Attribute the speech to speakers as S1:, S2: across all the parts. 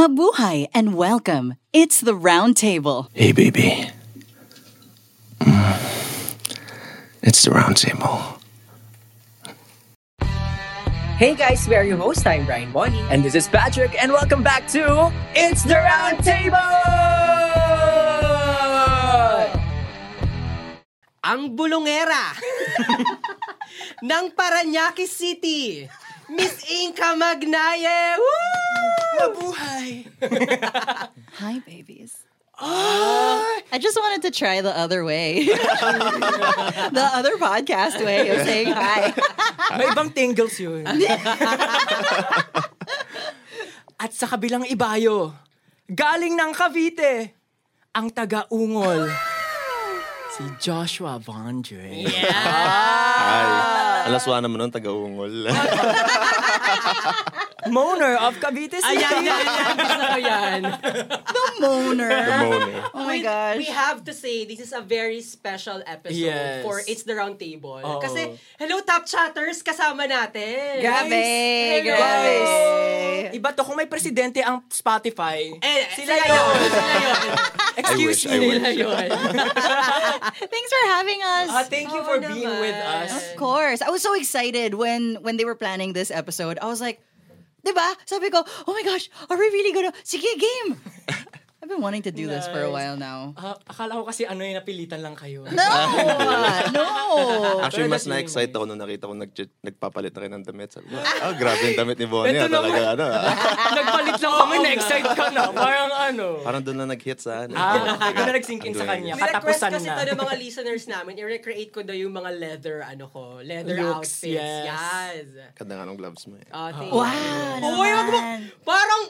S1: Mabuhay and welcome. It's the round table.
S2: Hey, baby. Mm. It's the round table.
S3: Hey guys, we are your host. I'm Brian Bonnie. And this is Patrick. And welcome back to It's the Round Table!
S4: ang bulungera ng Paranaque City, Miss Inka Magnaye! Woo!
S1: Hi, babies. I just wanted to try the other way. the other podcast way of saying hi.
S5: May ibang tingles yun. At sa kabilang ibayo, galing ng Cavite, ang taga-ungol, si Joshua Vondre.
S2: Ay, alaswa naman nun, taga-ungol.
S5: Moaner of Cavite City.
S4: Ayan, yan, yan. Gusto ko yan.
S1: Moaner.
S2: Moaner.
S1: Oh my
S4: We-
S1: gosh.
S4: We have to say, this is a very special episode
S5: Yes. Oh.
S4: for It's the Round Table.
S5: Oo.
S4: Kasi, hello Top Chatters, kasama natin.
S1: Grabe,
S4: Hello.
S1: grabe.
S5: Iba to, kung may presidente ang Spotify,
S4: Eh,
S5: sila
S4: sila
S5: yun.
S4: yun. Sila yun.
S5: Excuse
S2: I wish, I
S5: me.
S2: wish.
S5: Sila yun.
S1: Thanks for having us.
S5: Ah, thank you
S4: Oo
S5: for being
S4: naman.
S5: with us.
S1: Of course. I was so excited when when they were planning this episode. I was like, diba? Sabi ko, oh my gosh, are we really gonna, sige, game! I've been wanting to do this for a
S5: Nice.
S1: while now.
S5: Ah, akala ko kasi ano yun, napilitan lang kayo.
S1: No! no!
S2: Actually,
S5: Pero
S2: mas
S5: that's
S2: na-excite
S5: really
S2: ako nung nakita ko nag- nagpapalit na rin ng damit. Sabi ko, ah, grabe yung damit ni Bonnie.
S5: Ito
S2: ah, talaga,
S5: naman.
S2: ano, ah.
S5: Nagpalit lang kami, na-excite ka na. Oh, Parang ano.
S2: Parang doon na nag-hit sa ano.
S5: Ah, doon na nag-sink in sa kanya.
S4: Ni-request
S5: Katapusan
S4: kasi
S5: na.
S4: to ng mga listeners namin, i-recreate ko daw yung mga leather, ano ko, leather
S5: Looks,
S4: outfits.
S5: yes. Oh.
S4: Yes.
S2: Kada nga ng gloves mo eh.
S4: Ah, thank you.
S1: Wow! Oh,
S4: Uy, wag mo,
S1: naman.
S4: parang,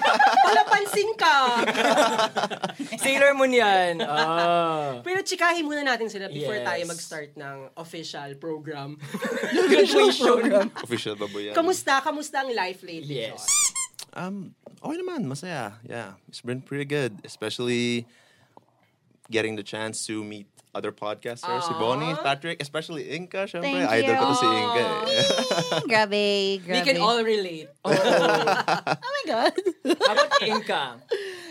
S4: palapansin ka.
S5: Sailor Moon yan. Ah.
S4: Pero tsikahin muna natin sila before
S5: Yes.
S4: tayo mag-start ng official program.
S5: Graduation.
S2: Official baboy yan.
S4: kamusta? Kamusta ang life lately,
S5: Yes.
S4: Josh?
S2: Um, okay naman, masaya. Yeah, it's been pretty good. Especially getting the chance to meet other podcasters. Si Bonnie, Patrick, especially Inka, syempre.
S1: Thank
S2: Idol ko to
S1: you.
S2: si Inka eh.
S1: Grabe, grabe.
S4: We can all relate.
S1: Oh my God.
S5: How about Inka?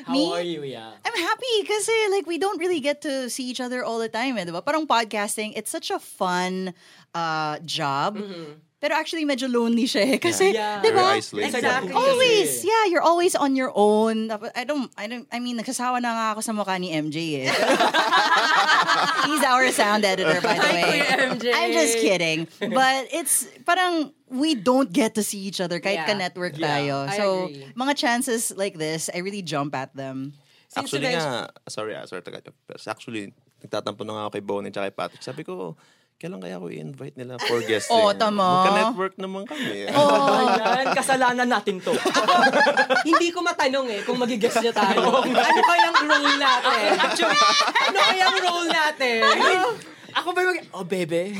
S5: How
S1: Me?
S5: are you, yeah?
S1: I'm happy kasi like we don't really get to see each other all the time, eh, diba? Parang podcasting, it's such a fun uh, job. Pero actually, medyo lonely siya eh. Kasi,
S4: Mm-hmm. Yeah.
S1: diba?
S2: Very isolated.
S4: Exactly.
S1: Always, yeah, you're always on your own. Tapos, I don't, I don't, I mean, nagkasawa na nga ako sa mukha ni MJ eh. He's our sound editor, by the way.
S4: MJ.
S1: I'm just kidding. But it's, parang, we don't get to see each other kahit
S4: Yeah.
S1: ka-network tayo.
S4: I
S1: so,
S4: agree.
S1: mga chances like this, I really jump at them.
S4: Since you
S2: Actually
S4: guys-
S2: nga, sorry ah, sorry. taga- Actually, nagtatampo na nga ako kay Bonnie at kay Patrick. Sabi ko, kailan kaya ako i-invite nila for guesting?
S1: Oo, Oh, tama. Oh,
S2: Magka-network naman kami.
S5: Ayan, kasalanan natin to.
S4: Hindi ko matanong eh kung magigess niya tayo. ano kayang role natin? Actually, ano kayang role natin?
S5: Ako ba yung mag- Oh, bebe.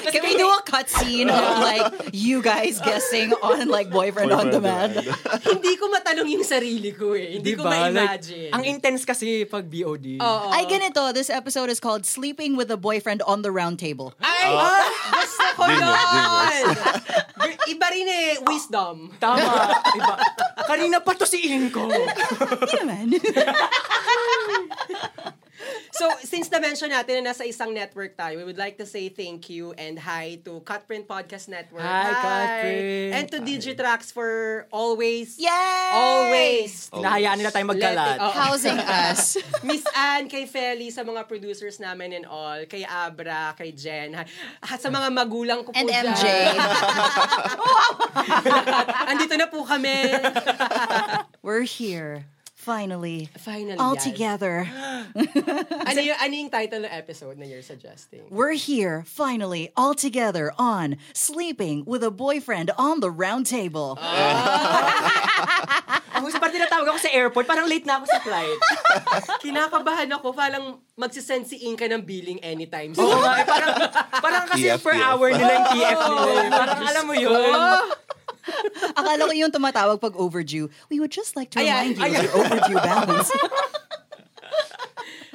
S1: Can we do a cutscene of like you guys guessing on like boyfriend, on demand?
S4: Hindi ko matanong yung sarili ko eh. Hindi ko ma-imagine.
S5: Diba? Like, ang intense kasi pag BOD.
S4: Oo.
S1: I get it though. This episode is called "Sleeping with a Boyfriend on the Round Table."
S4: Ay!
S5: Ah!
S4: ah, gusto ko
S2: Genius,
S4: yun! Iba rin eh, wisdom.
S5: Tama. Iba. Kanina pa to si Inko.
S1: Hindi naman.
S4: So, since na-mention natin na nasa isang network tayo, we would like to say thank you and hi to Cutprint Podcast Network.
S5: Hi, Cutprint.
S4: And to Digitrax for always,
S1: Yay!
S4: always
S5: Hinahayaan nila tayo magkalat.
S4: Let- oh.
S1: housing us.
S4: Miss Anne, kay Feli, sa mga producers namin and all, kay Abra, kay Jen, ha- at sa mga magulang ko po
S1: And
S4: dyan.
S1: MJ.
S4: Andito na po kami.
S1: We're here. Finally.
S4: Finally,
S1: All
S4: guys.
S1: together.
S4: Ano, yung, ano yung title ng episode na you're suggesting?
S1: We're here, finally, all together on Sleeping with a Boyfriend on the Round Table.
S4: Uh.
S5: Ang husay, parang tinatawag ako sa airport. Parang late na ako sa flight.
S4: Kinakabahan ako, parang magsisend si Inka ng billing anytime soon.
S5: Oo nga, eh, parang, parang kasi
S2: TF,
S5: per
S2: TF.
S5: hour nila yung TF nila. eh. Parang alam mo yun.
S1: Akala ko yung tumatawag pag overdue. We would just like to
S4: Ayan,
S1: remind you
S4: ayan.
S1: of your overdue balance.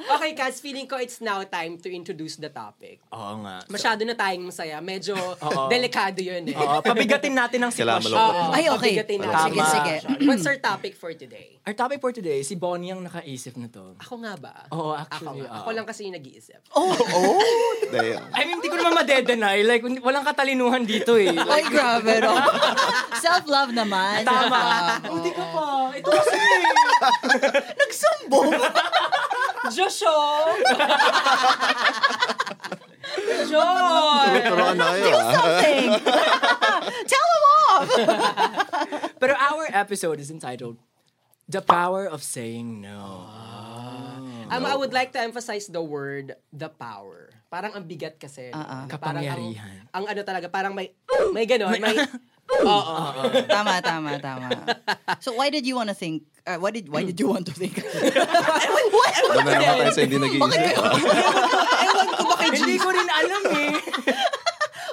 S4: Okay, Kaz, feeling ko it's now time to introduce the topic.
S5: Oo nga.
S4: Masyado na tayong masaya. Medyo delikado yun eh.
S5: Oo, pabigatin natin ang
S2: Kailangan
S5: sitwasyon.
S2: malungkot.
S4: Oo,
S1: Ay, okay.
S4: pabigatin na.
S5: Tama.
S1: Sige, sige.
S4: What's our topic for today?
S5: Our topic for today, si Bonnie ang nakaisip na to.
S4: Ako nga ba?
S5: Oo, actually,
S4: Ako, nga.
S5: oo.
S4: ako lang kasi yung nag-iisip.
S2: Oh, damn.
S5: I mean, hindi ko naman madedenay. Like, hindi- walang katalinuhan dito eh.
S1: Ay, grabe, no? Self-love naman.
S5: Tama.
S1: Oo.
S5: Hindi ko pa. Ito kasi. eh.
S1: Nagsumbong.
S4: Joshua! Joy!
S2: Tuturuan na kayo, ah.
S1: Something. Tell them off.
S5: Pero our episode is entitled, The Power of Saying No.
S4: Um, I would like to emphasize the word, the power. Parang ang bigat kasi. no? Na parang
S5: Kapangyarihan.
S4: Ang, ang ano talaga, parang may, may gano'n, may,
S1: tama, tama, tama. So why did you want to think, uh, why did why did you want to think?
S2: Doon na naman tayo sa hindi
S1: Bakit
S2: nag-iisip.
S1: kayo?
S5: Hindi ko rin alam eh.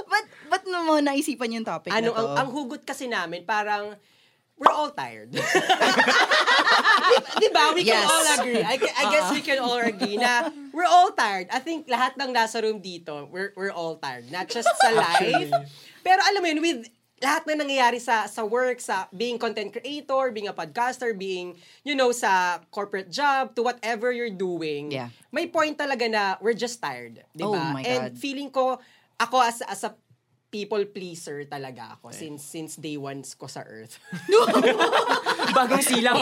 S1: Ba't, ba't mo naisipan yung topic na
S4: ano,
S1: to?
S4: ang, ang hugot kasi namin, parang, we're all tired. Di ba? We
S1: Yes. Uh-huh.
S4: can all agree. I, ca- I guess we can all agree na we're all tired. I think lahat ng nasa room dito, we're, we're all tired. Not just sa life. Pero alam mo yun, with lahat na nangyayari sa sa work, sa being content creator, being a podcaster, being, you know, sa corporate job, to whatever you're doing,
S1: Yeah.
S4: may point talaga na we're just tired. Di
S1: Oh
S4: ba?
S1: my
S4: And
S1: God.
S4: feeling ko, ako as, as a people pleaser talaga ako since since day one ko sa earth.
S5: Bagong silang.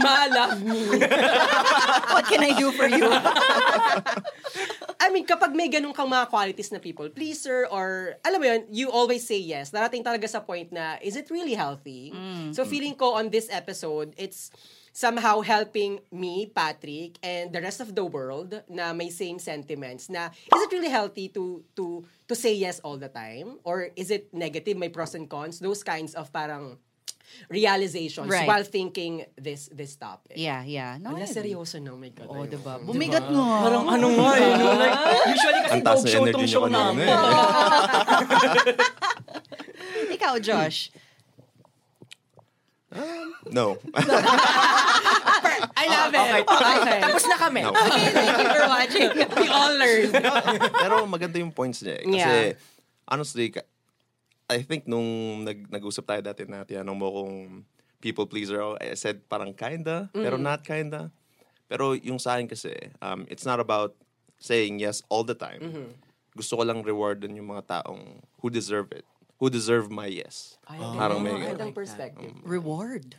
S4: Ma, love me.
S1: What can I do for you?
S4: I mean, kapag may ganun kang mga qualities na people pleaser or, alam mo yun, you always say yes. Darating talaga sa point na, is it really healthy? So feeling ko on this episode, it's somehow helping me, Patrick, and the rest of the world na may same sentiments na, is it really healthy to to to say yes all the time? Or is it negative? May pros and cons? Those kinds of parang realizations
S1: Right.
S4: while thinking this this topic.
S1: yeah, yeah. No,
S4: Wala,
S1: I-
S4: seryoso na, oh my God.
S1: Oo,
S4: ayoko.
S1: diba? Bumigat mo.
S5: Parang ano nga eh. no? Like, usually kasi
S2: Ang taas
S5: talk
S2: ng
S5: show
S2: energy
S5: tong
S2: niyo
S5: show
S2: kanina
S5: namin.
S2: eh.
S1: Ikaw, Josh.
S2: No.
S4: I love it. okay.
S5: Tapos na kami.
S2: No.
S4: Thank you for watching. We all learned.
S2: Pero maganda yung points niya eh. Kasi,
S4: Yeah.
S2: honestly, ka- I think nung nag- nag-usap tayo dati na tinanong mo kung people pleaser ako, I said parang kinda, pero
S5: Mm.
S2: not kinda. Pero yung sa akin kasi, um, it's not about saying yes all the time.
S5: Mm-hmm.
S2: Gusto ko lang rewardan yung mga taong who deserve it. Who deserve my yes.
S1: Ah.
S2: Parang may ganun.
S4: Magandang perspective.
S1: Reward.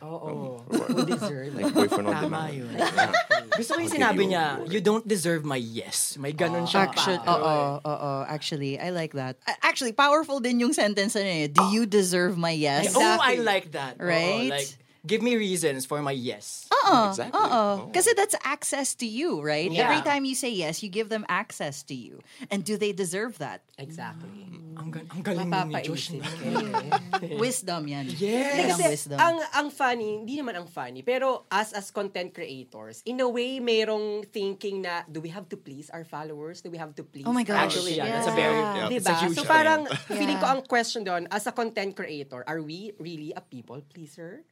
S1: Um,
S4: Oo.
S2: Reward.
S4: Oh, Deserve.
S2: like boyfriend on
S5: Tama
S2: demand.
S5: yun.
S2: Yeah.
S5: Gusto ko yung
S2: I'll
S5: sinabi
S2: give you
S5: niya,
S2: a reward.
S5: you don't deserve my yes. May ganun siya.
S1: Action. Ah, Oo, oo, actually, I like that. A- Actually, powerful din yung sentence na yun eh. Do you deserve my yes?
S5: Oh, I like that. Oo,
S1: Right?
S5: like, give me reasons for my yes.
S2: Exactly.
S1: Oo.
S2: Oh.
S1: Kasi that's access to you, right?
S4: Yeah.
S1: Every time you say yes, you give them access to you. And do they deserve that?
S4: Exactly.
S1: Mm,
S5: Ang, gan- ang galing nun ni Josh.
S4: Mapapaisip ka.
S1: Wisdom yan.
S5: Yes.
S1: Yan ang
S4: Kasi
S1: wisdom.
S4: ang, ang funny, hindi naman ang funny, pero us as content creators, in a way, merong thinking na, do we have to please our followers? Do we have to please?
S1: Oh my gosh.
S5: Actually, yeah,
S1: yeah.
S5: that's a very,
S2: Yeah.
S4: Diba?
S5: it's a huge
S4: so
S5: thing.
S4: parang
S1: Yeah.
S4: feeling ko ang question doon, as a content creator, are we really a people pleaser?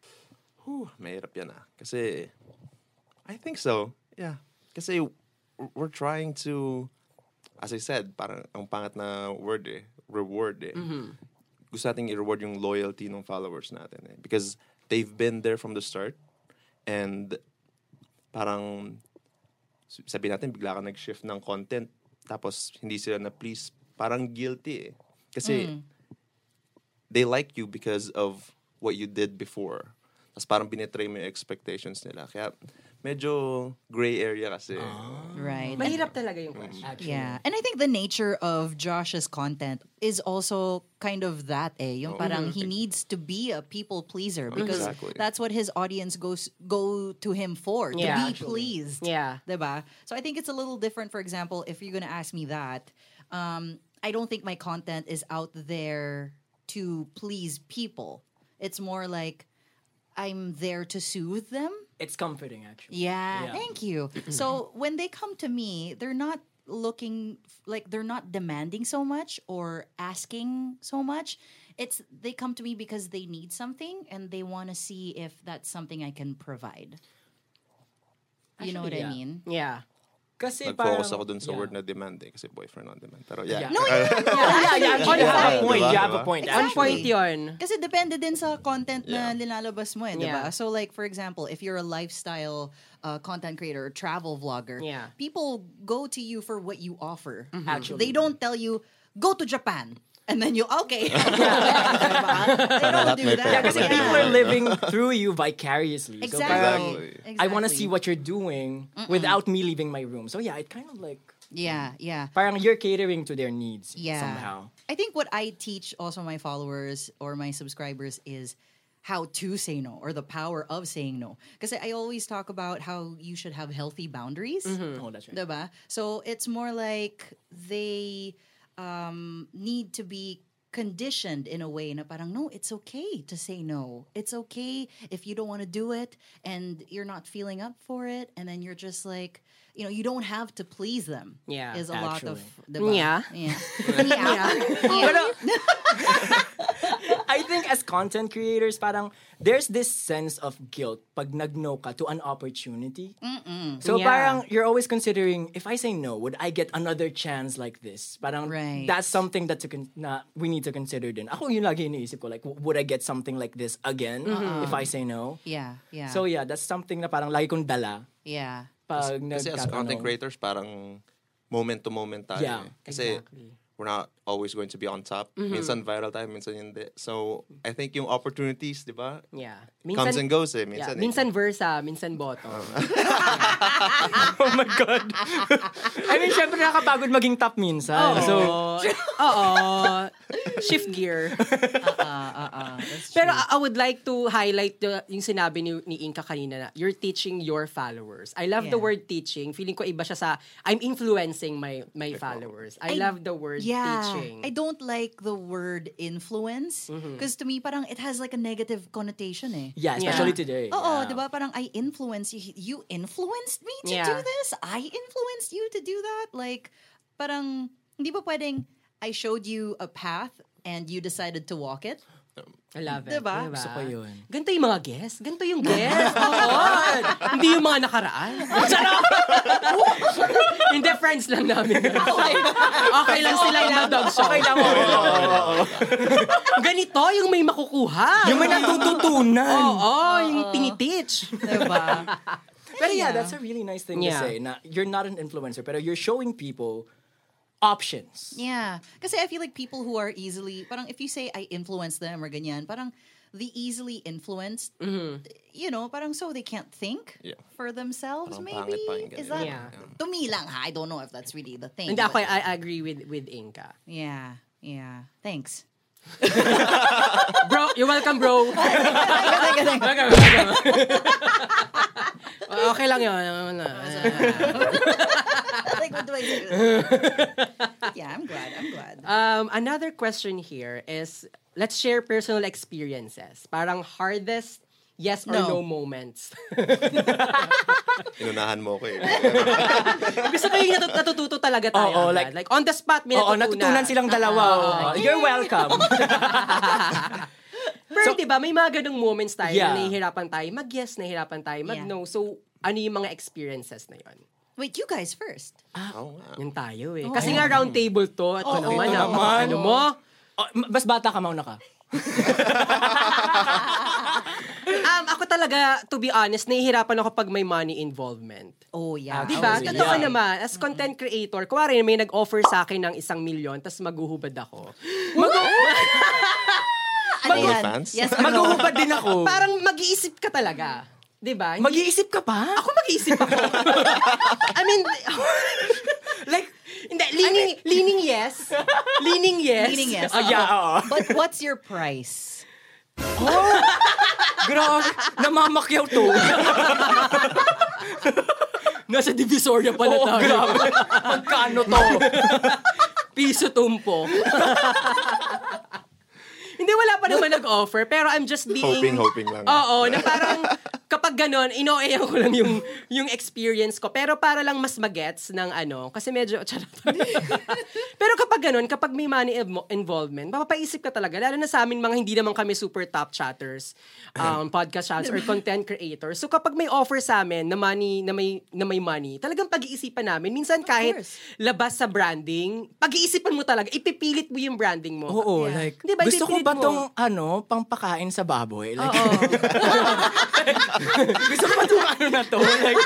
S2: Whew, mahirap yan ah. Kasi, I think so. Yeah. Kasi, w- we're trying to, as I said, parang ang pangat na word eh, reward eh. Gusto nating i-reward yung loyalty ng followers natin eh. Because they've been there from the start. And parang, s- sabihin natin, bigla ka nag-shift ng content. Tapos, hindi sila na-please. Parang guilty eh. Kasi, they like you because of what you did before. Tapos parang binetray mo yung expectations nila. Kaya medyo gray area kasi.
S5: Ah.
S1: Right.
S4: Mahirap talaga
S2: Mm.
S4: yung question.
S1: Yeah. And I think the nature of Josh's content is also kind of that eh. Yung
S4: Oh,
S1: parang he needs to be a people pleaser because
S2: Exactly.
S1: that's what his audience goes go to him for. To
S4: Yeah,
S1: be
S4: actually.
S1: pleased.
S4: Yeah.
S1: Diba? So I think it's a little different, for example, if you're gonna ask me that, um, I don't think my content is out there to please people. It's more like I'm there to soothe them.
S5: It's comforting actually.
S1: Yeah,
S5: Yeah.
S1: thank you. so when they come to me, they're not looking like they're not demanding so much or asking so much. It's they come to me because they need something and they want to see if that's something I can provide. You know what I mean?
S5: Actually, yeah.
S4: Yeah.
S5: Kasi
S2: Nag-focus
S5: Eh, parang-
S2: ako dun sa
S5: yeah.
S2: word na demand eh, kasi boyfriend on demand. Pero yeah.
S5: Yeah. No,
S4: yeah,
S5: Ah, Yeah,
S4: actually,
S5: you have a
S4: fine.
S5: point. You
S2: Diba?
S5: have a point.
S4: On
S1: Exactly.
S5: actually.
S4: point yun.
S1: Kasi depende din sa content na
S2: Yeah.
S1: nilalabas mo eh, di ba?
S4: Yeah.
S1: So like, for example, if you're a lifestyle uh, content creator or travel vlogger,
S4: Yeah.
S1: people go to you for what you offer.
S5: Actually.
S1: They don't tell you, go to Japan. And then you, okay. Diba? They don't
S2: Lahat
S1: do
S2: may
S1: that.
S2: pera.
S5: Yeah, kasi
S2: Yeah.
S5: people are living through you vicariously. So parang,
S1: Exactly.
S2: Exactly.
S5: I want to see what you're doing without me leaving my room. So yeah, it kind of like
S1: Yeah, yeah.
S5: parang you're catering to their needs
S1: Yeah.
S5: somehow.
S1: I think what I teach also my followers or my subscribers is how to say no or the power of saying no. Because I always talk about how you should have healthy boundaries.
S5: Oh, that's right.
S1: Diba? So it's more like they um, need to be conditioned in a way na parang no it's okay to say no it's okay if you don't want to do it and you're not feeling up for it and then you're just like you know you don't have to please them
S4: Yeah,
S1: is a lot of diba?
S4: actually. Yeah. uh,
S1: yeah yeah, yeah.
S5: I think as content creators, parang there's this sense of guilt pag nag-no ka to an opportunity. So
S4: Yeah.
S5: parang you're always considering, if I say no, would I get another chance like this? Parang
S1: Right.
S5: that's something that to con- na we need to consider din. Ako yun lagi iniisip ko, like, w- would I get something like this again if I say no?
S1: yeah yeah
S5: So yeah, that's something na parang lagi kong dala
S1: yeah
S5: pag
S2: Kasi as
S5: nagtatanong.
S2: content creators, parang moment to moment tayo. eh.
S5: Yeah,
S2: Kasi we're not always going to be on top. Minsan viral tayo, minsan hindi. So, I think yung opportunities, di ba?
S4: Yeah.
S2: Comes and goes eh. Minsan,
S4: Yeah,
S2: eh.
S4: minsan versa, minsan bottom.
S5: Oh my God. I mean, syempre nakapagod maging top minsan. So,
S4: Oo. Shift gear.
S1: Uh-uh,
S4: Pero I I would like to highlight the, yung sinabi ni, ni Inka kanina na you're teaching your followers. I love the
S1: Yeah.
S4: word teaching. Feeling ko iba siya sa I'm influencing my my followers. I, love the word teaching. Mm-hmm.
S1: I don't like the word influence because to me parang it has like a negative connotation eh.
S5: yeah,
S4: Yeah.
S5: especially today.
S1: Oo,
S5: Yeah.
S1: di ba? Parang I influence you. You influenced me to
S4: Yeah.
S1: do this? I influenced you to do that? Like, parang, hindi ba pwedeng I showed you a path and you decided to walk it?
S4: I love it.
S1: Diba?
S4: Diba?
S5: Gusto ko yun.
S4: Ganito yung mga guests. Ganito yung guests. Oo. Hindi yung mga nakaraan. Charot! Hindi, friends lang namin. Okay, okay lang sila yung dog show.
S5: Okay lang, oo, oo, oo.
S4: Ganito yung may makukuha.
S5: Yung may natututunan.
S4: Oo, yung tinititch.
S1: Diba?
S5: Pero yeah, that's a really nice thing
S4: Yeah.
S5: to say. Na, you're not an influencer, pero you're showing people options.
S1: Yeah. Kasi I feel like people who are easily, parang if you say I influence them or ganyan, parang the easily influenced, you know, parang so they can't think
S2: Yeah.
S1: for themselves
S2: Parang
S1: maybe.
S2: pangit pa yung
S1: Is
S2: ganyan.
S1: that,
S4: Yeah.
S1: to me lang ha, I don't know if that's really the thing.
S4: Hindi, ako,
S1: but-
S4: I I agree with with Inka.
S1: yeah, yeah. Thanks.
S4: Bro, you're welcome, bro. welcome, welcome. okay lang yun. Ano,
S1: like, what do I do? yeah, I'm glad. I'm glad.
S4: Um, another question here is, let's share personal experiences. Parang hardest yes or no,
S1: No.
S4: moments.
S2: Inunahan mo ko eh.
S4: Gusto ko yung natut- natututo talaga tayo.
S5: Oo,
S4: agad.
S5: like-
S4: like, on the spot, may
S5: Oo,
S4: natutunan.
S5: natutunan silang dalawa. oo. You're welcome.
S4: Pero di ba, may mga ganung moments tayo
S5: Yeah.
S4: na nahihirapan tayo. Mag-yes, nahihirapan tayo. Mag-no. So, ano yung mga experiences na yun?
S1: Wait, you guys first.
S2: Oo nga.
S4: Yan tayo eh. Kasi nga round table to. At ano
S5: ito
S4: naman, ah,
S5: naman.
S4: ano mo?
S5: Oh, m- bas bata ka, mauna ka.
S4: Um, ako talaga, to be honest, nahihirapan ako pag may money involvement.
S1: Oh, yeah.
S4: Di ba?
S5: Oh,
S4: Diba? Totoo
S5: yeah.
S4: naman. As content creator, kuwari may nag-offer sa akin ng isang milyon, tapos maguhubad ako.
S1: Ano yan?
S2: OnlyFans?
S1: Yes or no?
S5: Maguhubad din ako.
S4: Parang mag-iisip ka talaga. Di ba? Hindi-
S5: Mag-iisip ka pa?
S4: Ako mag-iisip ako. I mean, like, hindi, leaning,
S5: Ano?
S4: leaning yes. Leaning yes.
S1: Meaning yes.
S5: Oh, yeah, oo.
S1: But what's your price?
S5: Grabe, namamakyaw to.
S4: Nasa Divisoria pala
S5: Oo,
S4: tayo.
S5: grabe. Magkano to?
S4: Piso tumpo. hindi, wala pa naman nag-offer. Pero I'm just being...
S2: Hoping, hoping lang.
S4: Oo, na parang kapag ganon, ino-air ko lang yung, yung experience ko. Pero para lang mas magets ng ano, kasi medyo, charot. Pero kapag ganon, kapag may money invo- involvement, mapapaisip ka talaga. Lalo na sa amin, mga hindi naman kami super top chatters, um, podcast chatters, or content creators. So kapag may offer sa amin na money, na may, na may money, talagang pag-iisipan namin. Minsan kahit
S1: course.
S4: labas sa branding, pag-iisipan mo talaga, ipipilit mo yung branding mo.
S5: Oo,
S1: Yeah.
S5: like,
S4: Di ba,
S5: gusto ko
S4: ipipilit
S5: ba
S4: mo?
S5: tong, ano, pangpakain sa baboy? Like,
S4: Oo.
S5: gusto ko ba tong ano na to? Like,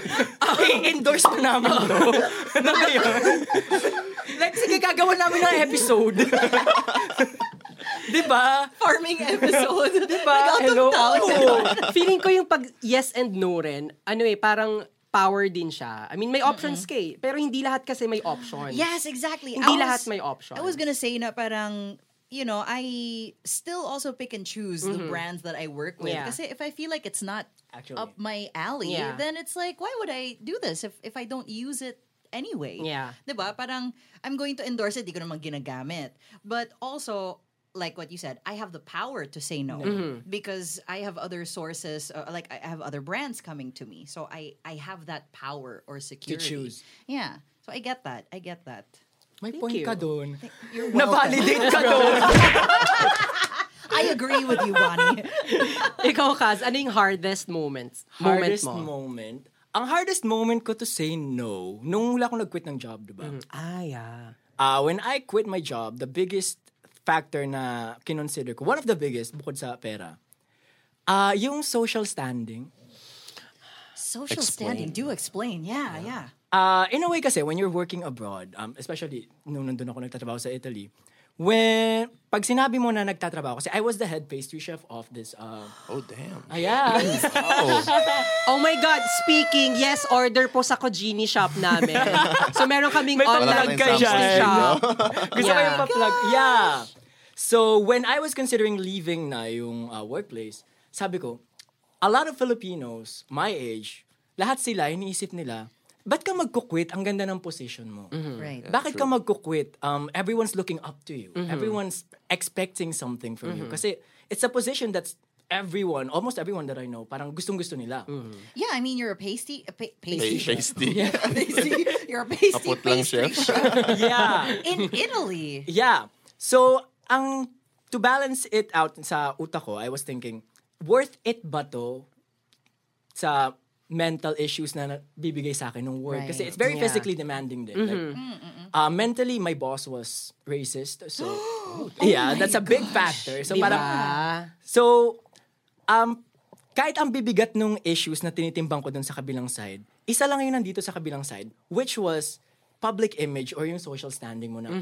S5: i-endorse pa namin to. na ngayon. like, sige, gagawa namin ng episode. di ba?
S1: Farming episode.
S5: Diba? Hello? Oo.
S4: Feeling ko yung pag yes and no rin, ano eh, parang power din siya. I mean, may options kay, pero hindi lahat kasi may options.
S1: Yes, exactly.
S4: Hindi
S1: I
S4: lahat
S1: was-
S4: may option.
S1: I was gonna say na parang, you know, I still also pick and choose the brands that I work with.
S4: Mm-hmm. Yeah.
S1: Because if I feel like it's not
S5: Actually.
S1: up my alley,
S4: Yeah.
S1: then it's like, why would I do this if, if I don't use it anyway?
S4: Yeah.
S1: Diba? Parang, I'm going to endorse it, di ko naman ginagamit. But also, like what you said, I have the power to say no
S4: Mm-hmm.
S1: because I have other sources, uh, like I I have other brands coming to me. So I, I have that power or security.
S5: choose.
S1: Yeah. So I get that. I get that.
S5: May point
S4: you.
S5: ka doon.
S1: You're welcome.
S5: Na-validate ka doon.
S1: I agree with you, Bonnie.
S4: Ikaw, Kaz, ano yung hardest moments?
S5: hardest
S4: moment mo?
S5: moment. Ang hardest moment ko to say no, nung hula ko nag-quit ng job, di ba?
S4: ah, yeah.
S5: Ah, when I quit my job, the biggest factor na kinonsider ko, one of the biggest, bukod sa pera, ah yung social standing.
S1: Social standing. Do explain. Yeah, yeah.
S5: Ah, in a way kasi, when you're working abroad, um, especially nung nandun ako nagtatrabaho sa Italy, when, pag sinabi mo na nagtatrabaho, kasi I was the head pastry chef of this, uh,
S2: Oh, damn.
S5: ayan.
S4: Oh my God, speaking, yes, order po sa Kojini shop namin. so meron kaming
S5: May
S4: online
S2: tayong sample
S5: pag-plug kayo dyan.
S4: pastry shop.
S5: Gusto ko yung pa-plug. Yeah. So, when I was considering leaving na yung uh, workplace, sabi ko, a lot of Filipinos, my age, lahat sila, iniisip nila, ba't ka magkukwit? Ang ganda ng position mo.
S1: Right.
S5: Bakit ka magkukwit? Um, everyone's looking up to you. Everyone's expecting something from you. Kasi it's a position that's everyone, almost everyone that I know, parang gustong-gusto nila.
S1: Yeah, I mean, you're a pasty, a pa-
S2: Hey,
S1: pasty, chef.
S2: tasty.
S1: Pasty- You're a pasty,
S2: Kaput lang,
S1: pastry
S2: chef.
S1: chef
S5: Yeah.
S1: in Italy.
S5: Yeah. So, ang to balance it out sa utak ko, I was thinking, worth it ba to sa mental issues na na- bibigay sa akin ng work? Kasi
S1: Right.
S5: it's very
S4: Yeah.
S5: physically demanding din. Like, uh, mentally, my boss was racist. So, yeah, that's a big factor. So,
S4: Diba?
S5: parang, So, um, kahit ang bibigat nung issues na tinitimbang ko dun sa kabilang side, isa lang yun nandito sa kabilang side, which was public image or yung social standing mo na,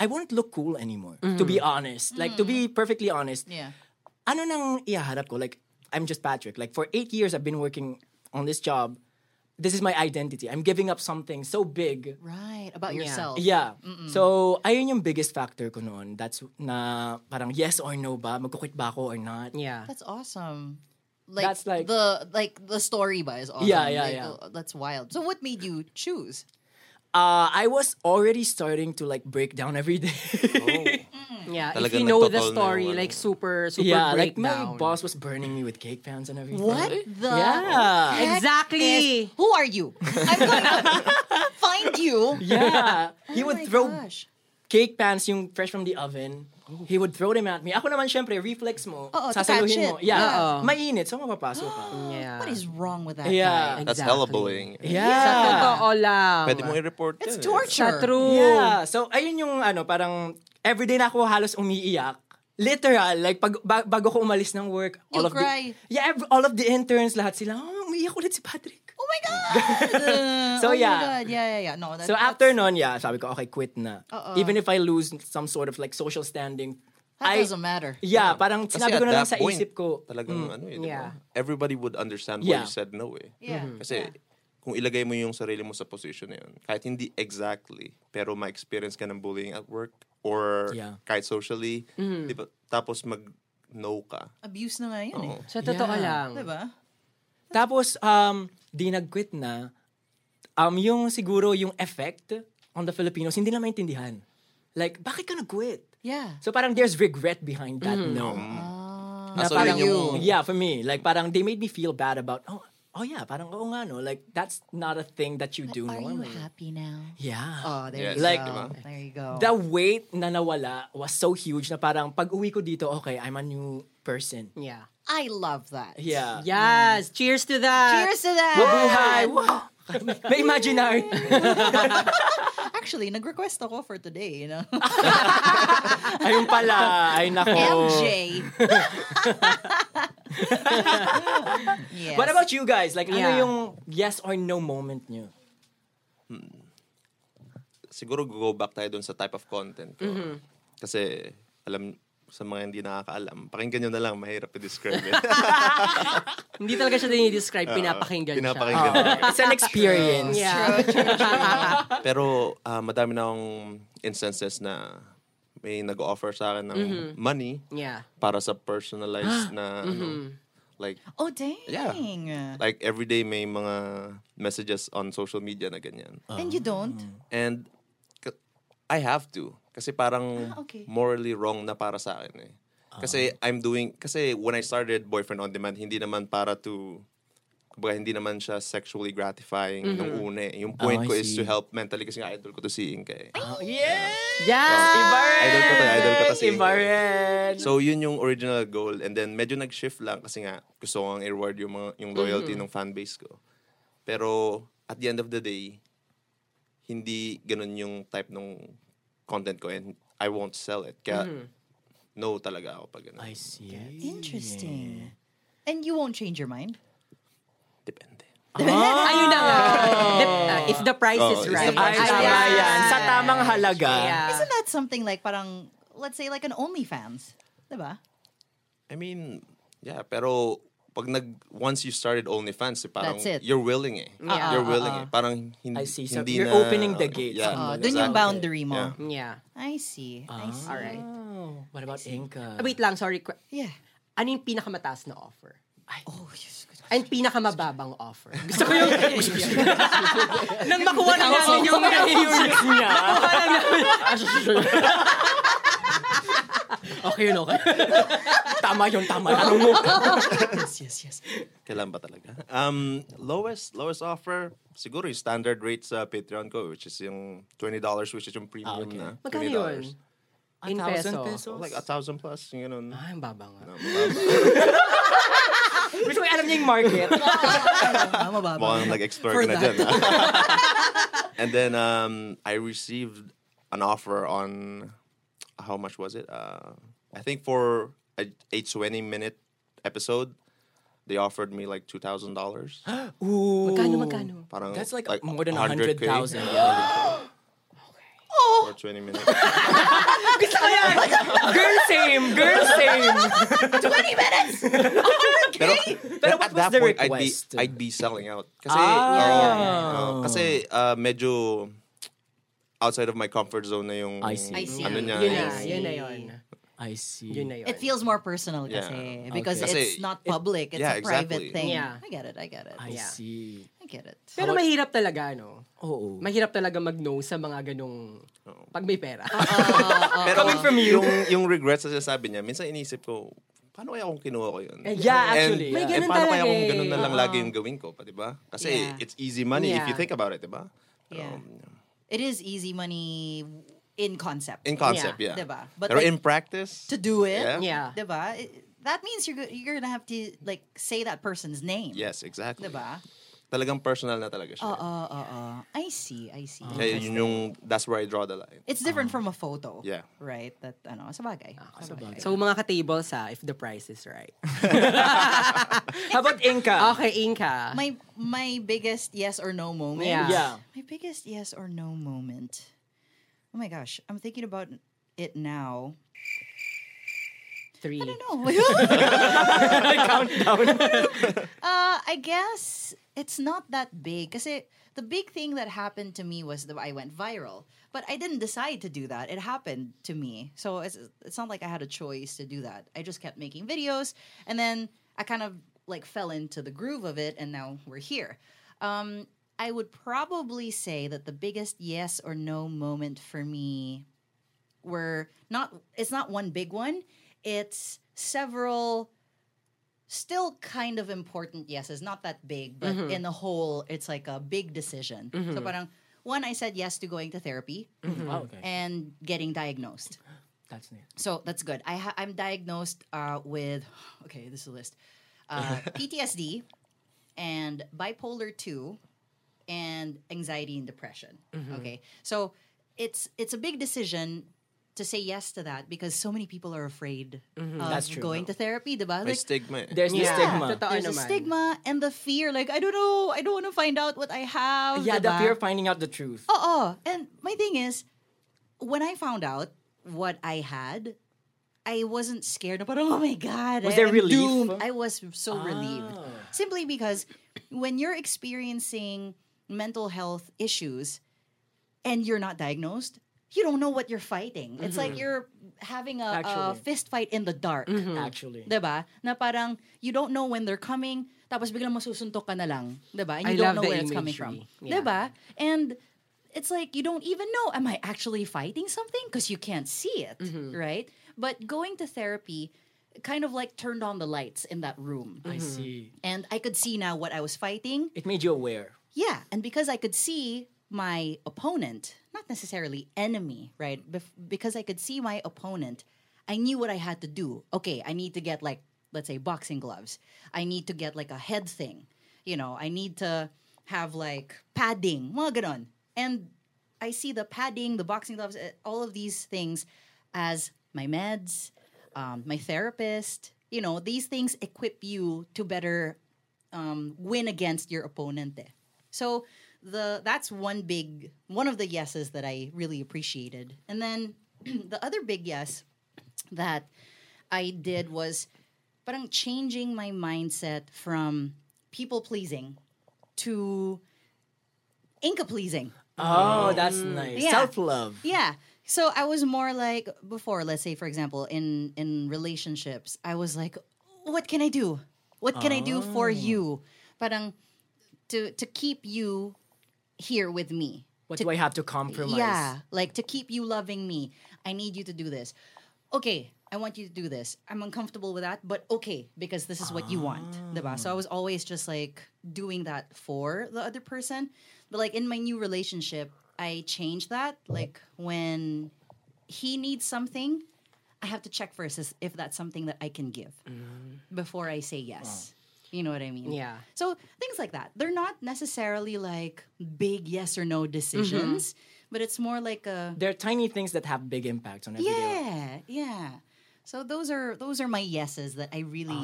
S5: I won't look cool anymore, to be honest. Like, to be perfectly honest,
S1: Yeah.
S5: ano nang ihaharap ko? Like, I'm just Patrick. Like, for eight years, I've been working on this job. This is my identity. I'm giving up something so big
S1: Right. About yourself.
S5: Yeah. So, ayun yung biggest factor ko noon. That's na parang yes or no ba? Magkukwit ba ako or not?
S4: Yeah.
S1: That's awesome. Like,
S5: That's like-
S1: the like the story by is awesome.
S5: Yeah, yeah,
S1: Like,
S5: yeah.
S1: uh, that's wild. So what made you choose?
S5: Uh, I was already starting to like break down every day.
S4: Yeah, if
S2: Talagang
S4: you know
S2: nagtotol
S4: the
S2: na yung
S4: story,
S2: ano.
S4: like super, super
S5: yeah, like my
S4: breakdown.
S5: boss was burning me with cake pans and everything.
S1: What the
S5: Yeah.
S1: heck
S4: Exactly.
S1: is- who are you? I'm gonna find you.
S5: Yeah. He
S1: Oh my
S5: would throw
S1: gosh.
S5: cake pans yung fresh from the oven. He would throw them at me. Ako naman syempre, reflex mo.
S1: Oo, to
S5: sasaluhin
S1: catch
S5: mo.
S1: it.
S5: Yeah.
S4: Oo.
S5: Mainit, so mapapasok ka.
S4: Yeah.
S1: What is wrong with that guy?
S5: Yeah.
S2: That's
S4: Exactly.
S2: hella bullying.
S4: Sa
S5: Yeah.
S4: totoo lang.
S2: Pwede mo i-report
S1: It's
S2: yan eh.
S1: torture.
S4: Sa true.
S5: Yeah. So, ayun yung ano, parang everyday na ako halos umiiyak. Literal, like pag, ba- bago ko umalis ng work,
S1: You
S5: all of
S1: cry.
S5: the Yeah, ev- all of the interns lahat sila, oh, umiiyak ulit si Patrick.
S1: Oh my god. Uh,
S5: So,
S1: oh
S5: yeah.
S1: My god. Yeah, yeah, yeah. No, that,
S5: So after nun, yeah, sabi ko, okay, quit na.
S1: Oo.
S5: Even if I lose some sort of like social standing,
S1: that
S5: I,
S1: doesn't matter.
S5: yeah, parang
S2: Kasi at
S5: sinabi ko na lang
S2: that
S5: sa
S2: point,
S5: isip ko, mm,
S2: Talagang ano eh, di ba?
S4: Yeah.
S2: Everybody would understand
S5: Yeah.
S2: why you said no eh.
S1: Yeah. Mhm.
S2: Kasi kung ilagay mo yung sarili mo sa position na yun, kahit hindi exactly, pero ma-experience ka ng bullying at work or
S5: Yeah.
S2: kahit socially,
S5: Mm-hmm.
S2: di ba? Tapos mag no ka.
S1: Abuse na nga yun
S5: Oh.
S1: eh.
S2: Oo.
S4: Sa totoo
S5: Yeah.
S4: lang.
S1: Diba?
S5: Tapos, um, di nag-quit na, um, yung siguro yung effect on the Filipinos, hindi na maintindihan. Like, bakit ka nag-quit?
S1: Yeah.
S5: So parang there's regret behind that no. Na
S2: so
S5: parang,
S2: yun yung-
S5: yeah, for me, like parang they made me feel bad about, oh, oh yeah, parang, oo nga no, like that's not a thing that you do
S1: Are you
S5: normally.
S1: happy now?
S5: Yeah.
S1: Oh, there
S2: Yes,
S1: you go.
S5: Like-
S2: diba?
S1: There you go.
S5: the weight na nawala was so huge na parang pag uwi ko dito, okay, I'm a new person.
S4: Yeah.
S1: I love that.
S5: Yeah.
S4: Yes. Cheers to that.
S1: Cheers to that!
S5: Mabuhay! Wow! May imaginary.
S1: Actually, nag-request ako for today, you know?
S5: Oh. Ayun pala. Ay, nako.
S1: MJ. yes.
S5: What about you guys? Like, ano
S4: Yeah.
S5: yung yes or no moment nyo?
S2: siguro go back tayo dun sa type of content ko.
S5: Mm-hmm.
S2: Kasi, alam, sa mga hindi nakakaalam, pakinggan nyo na lang, mahirap i-describe eh. it.
S4: Hindi talaga siya dinidescribe.
S2: Uh,
S4: Pinapakinggan,
S2: Pinapakinggan talaga.
S5: It's an experience.
S4: siya. Yeah.
S2: Pero, ah, madami na akong instances na may nag-offer sa akin ng
S1: Mm-hmm.
S2: money
S4: Yeah.
S2: para sa personalized na,
S1: Mm-hmm.
S2: ano, like,
S1: Oh, dang.
S2: Yeah. like everyday may mga messages on social media na ganyan.
S5: Ah.
S1: And you don't?
S5: Mm.
S2: And k- I have to. Kasi parang
S1: Ah, okay.
S2: morally wrong na para sa akin eh.
S5: Ah.
S2: Kasi I'm doing, kasi when I started Boyfriend on Demand, hindi naman para to, kumbaga hindi naman siya sexually gratifying
S1: Mm-hmm.
S2: nung una eh. Yung point
S5: Ah, I
S2: ko is
S5: see. Ah,
S2: to help mentally kasi nga idol ko to si Inka eh.
S5: Yeah!
S4: Yeah.
S2: Idol ko to, idol ko to si
S5: Iba
S2: Inka. eh.
S5: rin.
S2: So yun yung original goal and then medyo nag-shift lang kasi nga gusto ko ang i-reward yung, mga, yung loyalty ng fanbase ko. Pero at the end of the day, hindi ganun yung type ng content ko and I won't sell it. Kaya no talaga ako pag ganun.
S5: I see.
S1: Interesting. And you won't change your mind?
S2: Depende.
S5: Ah.
S4: Ayun na nga.
S5: Oh.
S4: The- uh, if the price
S2: Oh,
S4: is
S2: if the
S4: right.
S5: Ay,
S2: price is
S5: tama
S4: Ayan.
S5: yan. Sa tamang halaga.
S4: Yeah.
S1: Isn't that something like parang, let's say like an OnlyFans? Diba?
S2: I mean, yeah, pero pag nag once you started OnlyFans, eh, parang
S1: That's it.
S2: you're willing eh.
S4: Yeah.
S2: You're willing eh. Parang hindi
S5: I see. So
S2: hindi
S5: you're
S2: na,
S5: opening the gates.
S2: Yeah.
S1: Oh, dun yung
S2: exactly.
S1: boundary mo.
S2: Yeah. Ah.
S4: Yeah.
S1: I see. I see.
S4: All right. Ah,
S5: Oh, what about Inka?
S4: Wait lang, sorry. Qu-
S1: Yeah.
S4: Ano yung pinakamataas na offer?
S1: Oh, yes.
S4: And pinakamababang offer. Gusto ko yung... Nang makuha na namin yung...
S5: Curious niya. okay yun, okay. tama yun, tama. Tanong mo. yes, yes, yes.
S2: Kailan ba talaga? Um, lowest lowest offer, siguro yung standard rate sa Patreon ko, which is yung $20, which is yung premium
S5: okay.
S2: na.
S4: Magkano
S2: $20.
S4: yun? In
S2: Ah,
S5: thousand pesos?
S4: peso.
S2: Like a thousand plus, yung ganun.
S4: Ah, ang baba nga.
S5: Gusto ko alam niya yung market.
S1: Tama ba?
S2: Mukhang nag-explore
S1: For
S2: ka na
S1: that.
S2: dyan. And then, um, I received an offer on, how much was it? Uh, I think for a, a 20-minute episode, they offered me like $2,000.
S5: Ooh.
S4: Magkano, magkano?
S2: Parang
S5: That's like, more than
S2: 100K
S5: 100,000. Yeah.
S2: for 20 minutes.
S5: girl same, girl same.
S2: Pero, pero
S5: what
S2: at
S5: was
S2: that
S5: the
S2: point,
S5: request?
S2: I'd be, I'd be selling out. Kasi,
S5: Ah.
S2: oo, kasi uh, medyo outside of my comfort zone na yung
S5: I see. I
S1: see.
S2: ano niya.
S4: Yun na,
S2: yung-
S4: yun na yun.
S5: I see.
S4: Yun na yun.
S1: It feels more personal kasi
S2: Yeah.
S1: because
S5: Okay.
S1: it's
S2: Kasi
S1: not public. It's
S2: yeah,
S1: a private
S2: exactly.
S1: thing.
S4: Yeah.
S1: I get it. I get it.
S5: I
S4: Yeah.
S5: see.
S1: I get it.
S4: Pero mahirap talaga, no?
S5: Oo.
S4: Mahirap talaga mag-no sa mga ganong... Pag may pera.
S2: Pero
S5: Coming from you.
S2: yung, yung regrets na sinasabi niya, minsan iniisip ko, paano kaya kung kinuha ko yun?
S5: Yeah, actually.
S2: And,
S5: May
S2: and
S4: ganun
S2: paano kaya
S4: talaga
S2: kung
S4: eh.
S2: ganun na lang lagi yung gawin ko, pa, di ba? Kasi
S1: Yeah.
S2: it's easy money if you
S4: Yeah.
S2: think about it, di ba? Um, Pero,
S1: Yeah. It is easy money in concept.
S2: In concept,
S4: Yeah.
S2: yeah.
S1: Diba? But
S2: Pero
S1: like-
S2: in practice,
S1: to do it.
S2: Yeah.
S4: Yeah.
S1: Diba? It- That means you're go- you're gonna have to like say that person's name.
S2: yes, exactly.
S1: Diba?
S2: Talagang personal na talaga siya.
S1: Oo, oo, oo. Uh, I see, I see.
S2: Kaya yun yung, that's where I draw the line.
S1: It's different from a photo.
S2: Yeah.
S1: Right? That, ano, sabagay. sabagay.
S4: So mga ka-tables ha, if the price is right.
S5: How about Inka?
S4: Okay, Inka.
S1: my my biggest yes or no moment.
S4: Yeah.
S5: Yeah.
S1: My biggest yes or no moment. Oh my gosh, I'm thinking about it now.
S4: Three.
S1: I don't know.
S5: Countdown.
S1: uh, I guess it's not that big kasi the big thing that happened to me was that I went viral, but I didn't decide to do that. It happened to me, so it's it's not like I had a choice to do that. I just kept making videos, and then I kind of like fell into the groove of it, and now we're here. Um, I would probably say that the biggest yes or no moment for me were not. It's not one big one. It's several still kind of important yeses, not that big, but in the whole, it's like a big decision. So parang, one, I said yes to going to therapy
S5: Wow, okay.
S1: and getting diagnosed.
S5: Hmm. That's neat.
S1: So that's good. I ha- I'm diagnosed uh, with okay, this is a list: uh, PTSD and bipolar two, and anxiety and depression.
S5: Mm-hmm.
S1: Okay, so it's it's a big decision to say yes to that because so many people are afraid of
S5: Mm-hmm. That's true,
S1: going to
S5: no.
S1: therapy, diba?
S2: May
S1: Like,
S2: stigma eh.
S5: There's this
S4: Yeah.
S5: stigma.
S4: Totoo
S1: there's a
S4: naman.
S1: stigma and the fear. Like I don't know, I don't want to find out what I have.
S5: Yeah, the
S1: diba?
S5: fear of finding out the truth.
S1: Oo. Oh, And my thing is, when I found out what I had, I wasn't scared. But oh my god,
S5: Was
S1: I
S5: there
S1: am
S5: relief?
S1: doomed. I was so relieved.
S5: Ah.
S1: Simply because when you're experiencing mental health issues and you're not diagnosed, you don't know what you're fighting. It's like you're having a, a
S5: Mm-hmm. Actually. Mm-hmm.
S1: fist fight in the dark.
S5: Actually.
S1: Diba? Na parang, you don't know when they're coming, tapos biglang masusuntok ka na lang. Diba? And you
S4: I
S1: don't
S4: love
S1: know
S4: the
S1: where it's coming from.
S4: imagery. Yeah.
S1: Diba? And it's like, you don't even know, am I actually fighting something? Because you can't see it,
S4: Mm-hmm.
S1: right? But going to therapy kind of like turned on the lights in that room. Mm-hmm.
S5: I see.
S1: And I could see now what I was fighting.
S5: It made you aware.
S1: Yeah, and because I could see my opponent, not necessarily enemy, right? Bef- because I could see my opponent, I knew what I had to do. Okay, I need to get like let's say boxing gloves. I need to get like a head thing. You know, I need to have like padding, mga ganon. And I see the padding, the boxing gloves, eh, all of these things as my meds, um, my therapist. You know, these things equip you to better um, win against your opponent. eh. So the that's one big one of the yeses that I really appreciated. And then the other big yes that I did was parang changing my mindset from people pleasing to Inca pleasing.
S5: Oh, that's nice.
S1: Mm. Yeah.
S5: Self love.
S1: Yeah. So I was more like before, let's say for example, in in relationships, I was like, what can I do? What can I do for you? Parang to to keep you here with me.
S5: What do I have to compromise?
S1: Yeah, like to keep you loving me, I need you to do this. Okay, I want you to do this. I'm uncomfortable with that, but okay because this is what you want, diba? So I was always just like doing that for the other person. But like in my new relationship, I changed that. Like when he needs something, I have to check first is- if that's something that I can give before I say yes. You know what I mean?
S4: Yeah.
S1: So things like that. They're not necessarily like big yes or no decisions, but it's more like a
S5: There are tiny things that have big impacts on everyday
S1: yeah,
S5: life.
S1: yeah. So those are those are my yeses that I really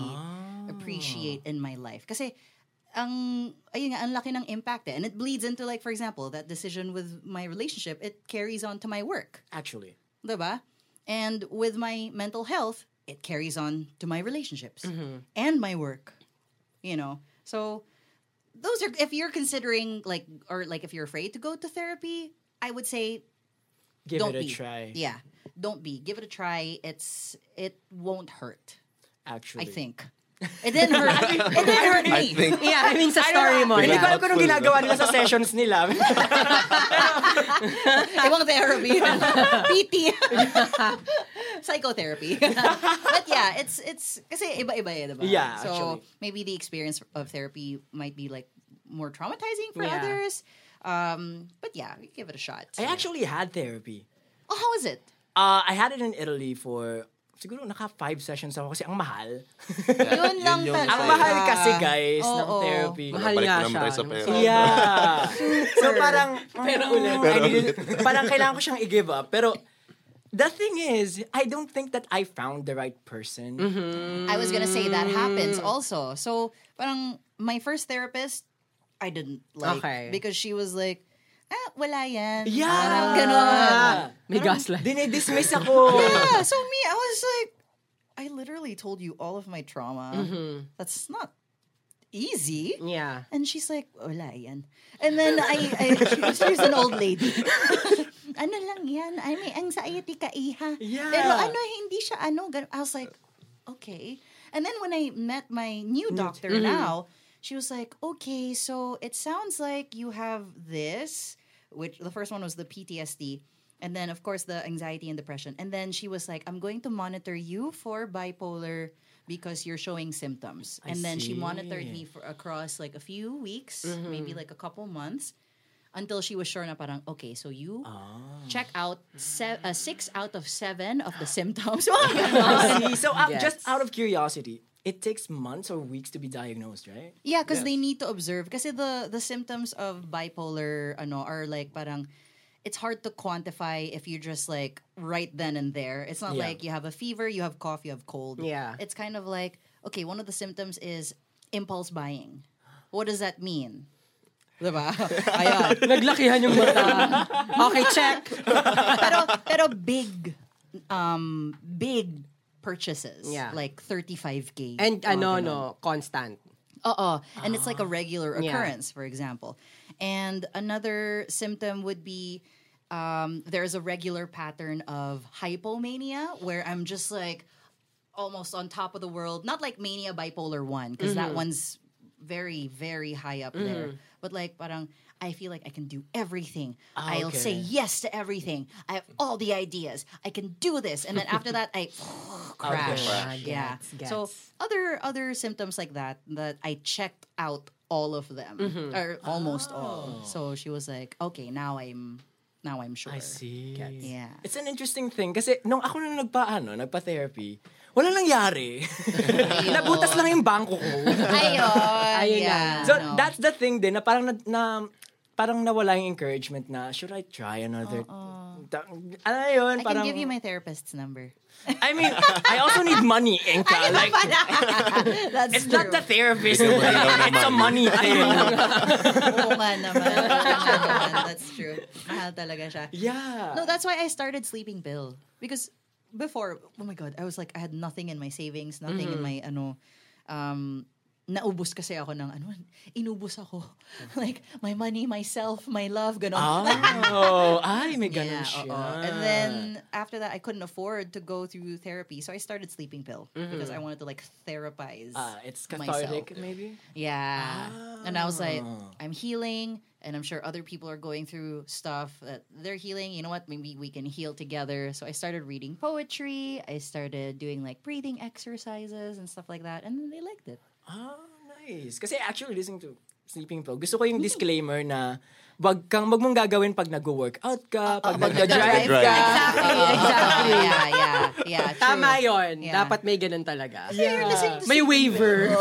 S1: appreciate in my life. Kasi ang ayun nga ang laki ng impact eh. and it bleeds into like for example that decision with my relationship it carries on to my work
S5: Actually.
S1: diba? And with my mental health, it carries on to my relationships
S5: Mm-hmm.
S1: and my work, you know. So those are if you're considering like or like if you're afraid to go to therapy, I would say
S5: Give
S1: don't
S5: it a
S1: be.
S5: try.
S1: Yeah. Don't be. Give it a try. It's it won't hurt,
S5: Actually.
S1: I think. It didn't hurt. it didn't hurt me.
S2: I think-
S1: Yeah,
S4: I mean, sa
S1: don't
S4: story
S1: know.
S4: mo,
S5: Hindi ko
S4: yeah.
S5: alam kung anong ginagawa nila sa sessions nila.
S1: Ibang therapy. PT. Psychotherapy. but yeah, it's it's kasi iba-iba eh, diba?
S5: Yeah,
S1: So
S5: actually.
S1: maybe the experience of therapy might be like more traumatizing for
S4: Yeah.
S1: others. Um, but yeah, we give it a shot.
S5: I actually had therapy.
S1: oh, how is it?
S5: Uh, I had it in Italy for siguro naka five sessions ako kasi ang mahal.
S1: Yun lang talaga.
S5: ang mahal kasi guys
S1: Ah. Oo.
S5: ng therapy.
S4: Mahal
S2: Balik
S4: nga
S2: mo naman
S4: siya.
S2: tayo sa pera.
S5: Yeah. so parang pero ulit. parang kailangan ko siyang i-give up. Pero the thing is, I don't think that I found the right person.
S1: I was gonna say that happens also. So parang my first therapist, I didn't like
S4: Okay.
S1: because she was like, ah, wala yan.
S5: Yeah.
S1: Parang ganon.
S4: May gaslight.
S5: Dinidismiss ako.
S1: yeah, so me, I was like, I literally told you all of my trauma. That's not easy.
S4: Yeah.
S1: And she's like, wala yan. And then I, I she- she's an old lady. ano lang yan? I may anxiety ka, iha.
S5: Yeah.
S1: Pero ano, hindi siya ano. gan- I was like, okay. And then when I met my new doctor now, she was like, okay, so it sounds like you have this, which the first one was the PTSD. And then, of course, the anxiety and depression. And then she was like, I'm going to monitor you for bipolar because you're showing symptoms. and then she monitored me for across like a few weeks, maybe like a couple months, until she was sure na parang, okay, so you check out se- uh, six out of seven of the symptoms. Mga ganon.
S5: See, so uh, just
S4: Yes.
S5: out of curiosity, it takes months or weeks to be diagnosed, right?
S1: Yeah, because they need to observe. Kasi the the symptoms of bipolar ano are like parang it's hard to quantify if you just like right then and there. It's not
S5: Yeah.
S1: like you have a fever, you have cough, you have cold.
S4: Yeah.
S1: It's kind of like okay, one of the symptoms is impulse buying. What does that mean? Diba? Ayan.
S5: Naglakihan yung mata.
S4: Okay, check.
S1: pero pero big um big purchases
S4: Yeah.
S1: like 35k
S4: And
S1: mga
S4: ano,
S1: ganun.
S4: no, constant.
S1: Uh-uh. And it's like a regular
S4: Yeah.
S1: occurrence, for example. And another symptom would be um, there's a regular pattern of hypomania where I'm just like almost on top of the world. Not like mania bipolar one, because that one's very, very high up there. But like parang I feel like I can do everything. I'll say
S5: okay.
S1: yes to everything. I have all the ideas. I can do this. And then after that I crash.
S4: Crash.
S1: Yeah.
S4: Gets, gets.
S1: So other other symptoms like that that I checked out all of them
S5: Mm-hmm.
S1: or almost all. So she was like, "Okay, now I'm now I'm sure."
S5: Oh. I see.
S1: Yeah.
S5: It's an interesting thing kasi nung ako na nagpa-ano, nagpa-therapy, wala nangyari. Nabutas lang yung bangko ko.
S1: Ayun.
S4: Ayun
S1: yeah.
S4: lang.
S5: So
S1: no.
S5: that's the thing din na parang na, na- parang nawala yung encouragement na should I try another Ta- ano na yun,
S1: I
S5: parang
S1: can give you my therapist's number.
S5: I mean, I also need money, Enka. Like,
S1: That's
S5: it's
S1: true.
S5: not the therapist. it's the money. Ayun.
S1: Oo nga naman. Oo nga naman. oh, That's true. Mahal talaga siya.
S5: Yeah.
S1: No, that's why I started sleeping pill because before, oh my god, I was like I had nothing in my savings, nothing in my
S5: Mm-hmm.
S1: ano um naubos kasi ako ng ano, inubos ako. like my money, myself, my love, ganon.
S5: Oh, ay, may ganun
S1: Yeah,
S5: Ah, siya.
S1: oo. And then after that, I couldn't afford to go through therapy, so I started sleeping pill because I wanted to like therapize.
S5: Mm-hmm. Ah, it's
S1: myself.
S5: cathartic, maybe?
S1: Yeah. And I was like, I'm healing, and I'm sure other people are going through stuff that they're healing. You know what? Maybe we can heal together. So I started reading poetry. I started doing like breathing exercises and stuff like that. And they liked it.
S5: Ah, nice. Kasi actually, listening to Sleeping Plug, gusto
S1: Mm.
S5: ko yung disclaimer na wag kang, wag mong gagawin pag nag-workout
S1: Ah,
S5: ka, pag
S2: nagda-drive.
S5: nag-drive ka.
S4: Exactly, exactly.
S1: yeah, yeah, yeah. true.
S4: Tama yon.
S1: Yeah.
S4: Dapat may ganun talaga.
S1: You're listening to
S4: May waiver.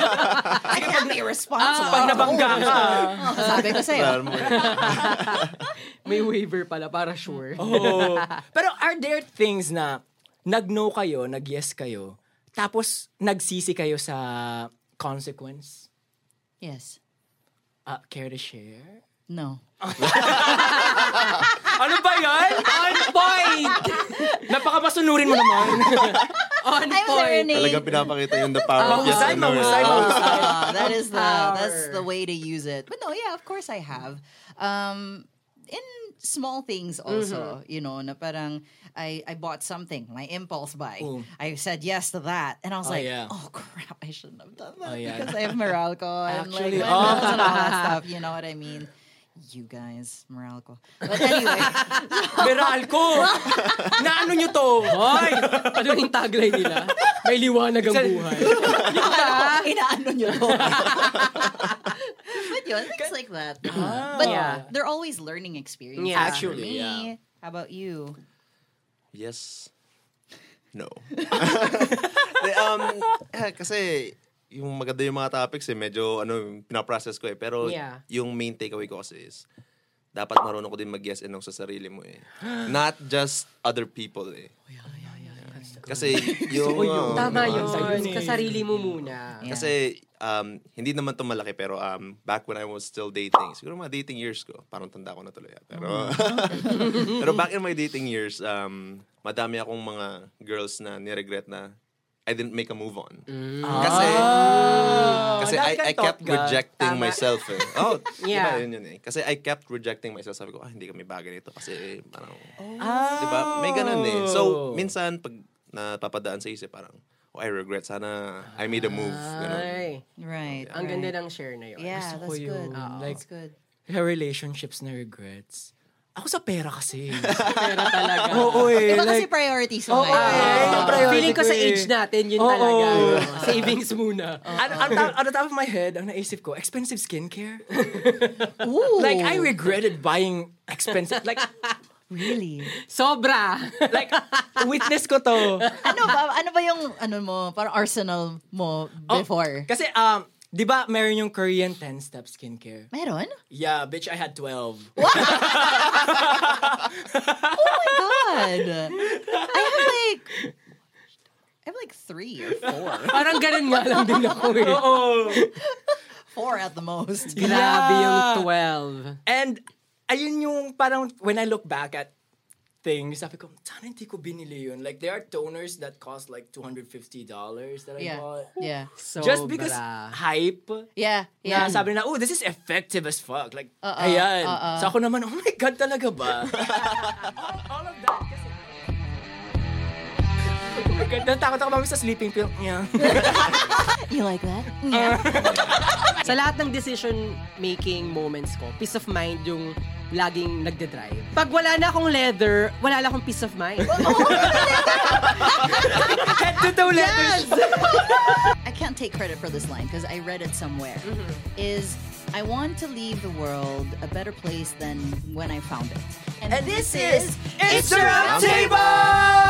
S1: I can't be responsible.
S5: Pag nabangga ka.
S1: Oh, sabi ko sa'yo.
S2: Alam mo yun.
S4: may waiver pala, para sure.
S1: Oh.
S5: Oo. Pero are there things na nag-no kayo, nag-yes kayo, tapos nagsisi kayo sa consequence?
S1: Yes.
S5: Ah, care to share?
S1: No.
S5: Ano ba yan? On point! Napakamasunurin mo naman.
S4: Ano On
S1: I was
S4: point.
S1: learning.
S2: Talagang pinapakita yung the power of yes
S5: Mahusay,
S2: and no. eh.
S5: mahusay, mahusay.
S1: Ah, that is the that's
S4: Power.
S1: the way to use it. But no, yeah, of course I have. Um, in small things also,
S5: Mm-hmm.
S1: you know, na parang I I bought something, my impulse buy. I said yes to that, and I was
S5: Oh,
S1: like,
S5: yeah.
S1: oh crap, I shouldn't have done that
S5: Oh, yeah.
S1: because I have Meralco and like
S5: Actually,
S1: my
S5: oh.
S1: bills and all that stuff. You know what I mean? You guys, Meralco. But anyway,
S5: Meral ko! na ano nyo to? Hoy!
S4: Ano yung tagline nila? May liwanag ang buhay.
S1: inaano nyo to. But yun, things like that. But
S4: Yeah.
S1: they're always learning experiences.
S4: Yeah.
S1: for me.
S5: Actually, Oh. yeah.
S1: How about you?
S2: Yes. No. De, um, eh, kasi yung maganda yung mga topics eh, medyo ano, pinaprocess ko eh. Pero
S4: Yeah.
S2: yung main takeaway ko kasi is, dapat marunong ko din mag-yes and no sa sarili mo eh. Not just other people eh. Kasi yung... oh,
S4: Tama
S2: diba?
S4: yun. Kasarili mo muna.
S1: Yeah.
S2: Kasi um, hindi naman to malaki pero um, back when I was still dating, siguro mga dating years ko, parang tanda ko na tuloy. ah, Pero,
S4: Mm.
S2: pero back in my dating years, um, madami akong mga girls na niregret na I didn't make a move on.
S4: Mm.
S2: Kasi,
S4: Ah,
S2: kasi I,
S5: dahil
S2: I
S5: ganito
S2: kept
S5: ka.
S2: rejecting
S4: Tama.
S2: myself eh. Oh, yeah.
S4: Yeah.
S2: yun yun eh. Kasi I kept rejecting myself. Sabi ko, ah, hindi kami bagay nito kasi eh, parang,
S4: Oh.
S5: Ah,
S2: Diba? May ganun eh.
S5: Oh.
S2: So, minsan, pag napapadaan sa isip, parang, oh, I regret. Sana I made a move. Ganun.
S4: Ay,
S1: Right.
S4: ang
S1: right.
S4: ganda ng share na yun.
S1: Yeah,
S5: Gusto ko
S1: that's good.
S5: yun. Like-
S1: that's good.
S5: relationships na regrets. Ako sa pera kasi.
S4: Pera talaga.
S5: Oo eh.
S1: Iba kasi
S5: like,
S1: priorities mo
S5: Oo,
S1: ngayon.
S5: eh, yun ang priority
S4: Feeling ko sa
S5: eh.
S4: age natin, yun
S5: Oo.
S4: talaga. Savings muna.
S5: on, on, top, on the top of my head, ang naisip ko, expensive skincare.
S1: Ooh,
S5: like, I regretted buying expensive. Like,
S1: really?
S4: Sobra.
S5: like witness ko to.
S1: ano ba ano ba yung ano mo, parang arsenal mo
S5: Oh,
S1: before?
S5: Kasi, um, di ba meron yung Korean 10-step skincare?
S1: Meron?
S5: Yeah, bitch, I had 12.
S1: Oh my god. I have like I have like three or four.
S4: Parang ganun nga lang din ako eh.
S5: Oo.
S1: Four at the most.
S4: Grabe yung 12.
S5: And, ayun yung parang, when I look back at things, sabi ko, sana hindi ko binili yun. Like, there are toners that cost like $250 that I
S1: Yeah.
S5: bought.
S1: Yeah.
S4: Sobra.
S5: Just because hype.
S1: Yeah. Yeah.
S5: Yeah. sabi nila, oh, this is effective as fuck. Like,
S1: Oo,
S5: ayan.
S1: oo.
S5: So ako naman, oh my God, talaga ba? all, all of that. Kasi... Oh my God, natakot ako mami sa sleeping pill. Yeah.
S1: You like that?
S5: Uh,
S1: Yeah.
S4: Sa lahat ng decision-making moments ko, peace of mind yung laging nagde-drive. Pag wala na akong leather, wala na akong peace of mind.
S5: Head to toe letters.
S1: I can't take credit for this line because I read it somewhere. Is I want to leave the world a better place than when I found it. And, this is
S5: It's the round table!